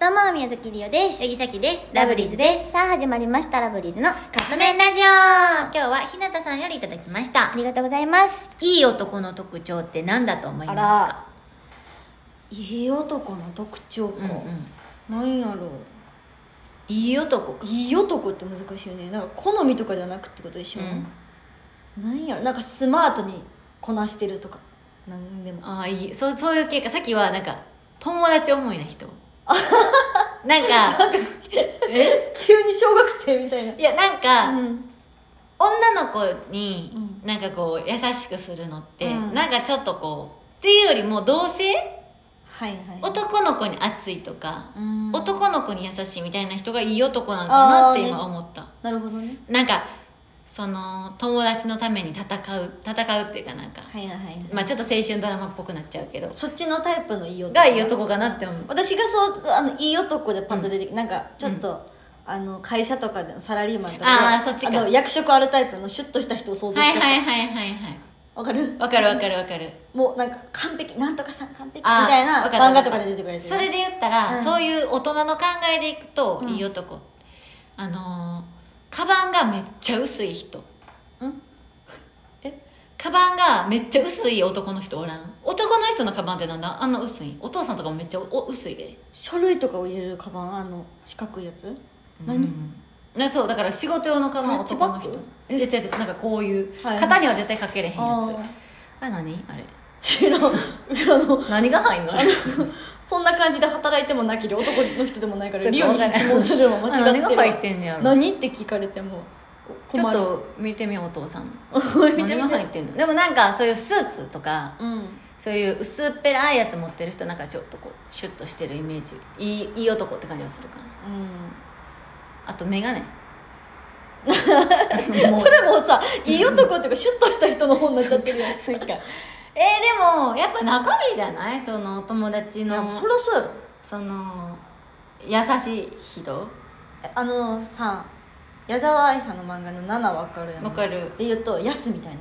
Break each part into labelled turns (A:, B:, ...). A: どうも、宮崎りおです。
B: 八木咲です
A: ラブリーズです。さあ、始まりました、ラブリーズのカップ麺ラジオ
B: 今日は日向さんよりいただきまし
A: あ
B: た
A: りがとうございます。
B: いい男の特徴って何だと思いますか、
A: いい男の特徴
B: うんう
C: な
B: ん、
C: んやろ
B: いい男
C: う
B: か
C: いい男って難しいよねなんか好みとかじゃなくってことでしょ、なんやろなんかスマートにこなしてるとかなんでも
B: ああいいそうそういう系かさっきはなんか友達思いな人なんかえ
C: 急に小学生みたいない
B: やなんか、
C: うん
B: 女の子に
C: う
B: なんかこう優しくするのって、
C: うん
B: なんかちょっとこうっていうよりも同性
C: はいはい
B: 男の子に熱いとか、
C: うん
B: 男の子に優しいみたいな人がいい男なんかなって
C: あーね
B: 今思った、
C: なるほどね
B: なんかその友達のために戦う戦うっていうかなんか、
C: はいはいはい、
B: まあちょっと青春ドラマっぽくなっちゃうけど
C: そっちのタイプのいい男
B: がいい男かなって思う
C: 私がそうあのいい男でパッと出てきて、なんかちょっと、あの会社とかでのサラリーマンとかで
B: あーそっちか
C: の役職あるタイプのシュッとした人を想像
B: は
C: し
B: い
C: ちゃったわ、
B: はいはいはいはい
C: かる
B: わかるわかるわかる
C: もうなんか完璧なんとかさん完璧み
B: あー
C: たいな
B: わかった
C: 漫画とかで出てくるやつ
B: それで言ったら、
C: うん
B: そういう大人の考えでいくと、
C: うん
B: いい男あのーカバンがめっちゃ薄い人
C: んえ
B: カバンがめっちゃ薄い男の人おらん男の人のカバンってなんだあんな薄いお父さんとかもめっちゃお薄いで
C: 書類とかを入れるカバンあの四角いやつ何
B: うんなそうだから仕事用のカバ
C: クラ
B: ン
C: ッチ
B: 男の
C: バッグ
B: 人いや違う違うなんかこういう、
C: はい
B: 型には絶対かけれへんやつ
C: ああ
B: あれ何あれ
C: 知らんあの
B: 何が入 んのあれ
C: そんな感じで働いてもなきり男の人でもないか
B: そ
C: ら
B: う
C: リオに質問するのも
B: あ
C: 間違
B: 何
C: っ
B: が
C: てる
B: 入っ
C: わ
B: てんねやろ
C: 何って聞かれても
B: ちょ
C: 困
B: っ
C: る
B: と見てみようお父さんの
C: 見
B: 何
C: て
B: が
C: み
B: 入
C: て
B: ってんのでもなんかそういうスーツとか
C: うん
B: そういう薄っぺらいやつ持ってる人なんかちょっとこうシュッとしてるイメージいいいい男って感じがするかなあと 眼 鏡
C: うん、
B: もう
C: それもさいい男っていうかシュッとした人の方になっちゃってるやん
B: そうかえー、でもやっぱ中身じゃないその友達
C: いや
B: の
C: もうそりゃそうやろ
B: その優しい人
C: えあのさ矢沢愛さんの漫画の7わかるやん
B: わかる
C: で言うとヤスみたいな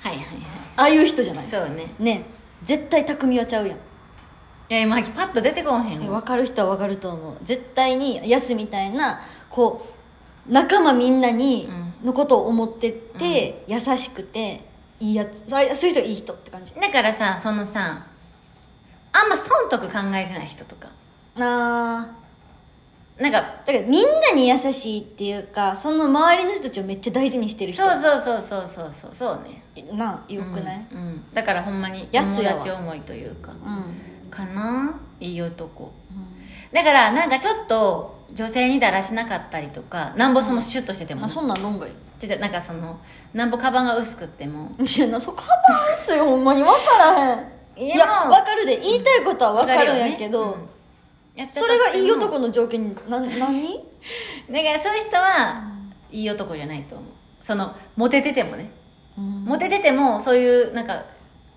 C: 人
B: はいはいは
C: ああいう人じゃない
B: いそうね
C: ねえ絶対匠はちゃうやん
B: いや今パッと出てこんへん
C: え
B: わ
C: 分かる人は分かると思う絶対にヤスみたいなこう仲間みんなに
B: う
C: のことを思ってて、優しくていいやつあそういう人いい人って感じ
B: だからさそのさあんま損得考えてない人とか
C: あ
B: なんか
C: だからみんなに優しいっていうかその周りの人たちをめっちゃ大事にしてる人
B: そうそうそうそうそうそうそうね
C: なあよくない、
B: うんうんだからほんまに
C: 安
B: 友
C: いわ
B: 達思いというか
C: うん
B: かないい男だからなんかちょっと女性にだらしなかったりとかなんぼそのシュッとしてても、
C: あそんなん論外
B: ちょっとなんかそのなんぼカバンが薄くっても
C: いやなそこはバンスよほんまに分からへん
B: い
C: い
B: や
C: や分かるで言いたいことは分かるんやけど、
B: わかるよねうんやった
C: そ
B: とし
C: れ
B: ても
C: がいい男の条件にな何
B: だからそういう人はいい男じゃないと思うそのモテててもねモテててもそういうなんか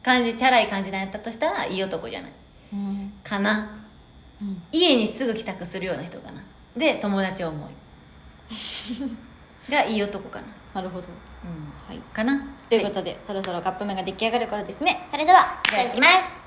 B: 感じチャラい感じなんやったとしたらいい男じゃない
C: うん
B: かな家にすぐ帰宅するような人かなで友達 思いがいい男かな
C: なるほど
B: うん
C: はい
B: かな
C: ということで、そろそろカップ麺が出来上がる頃ですねそれではい
B: ただきます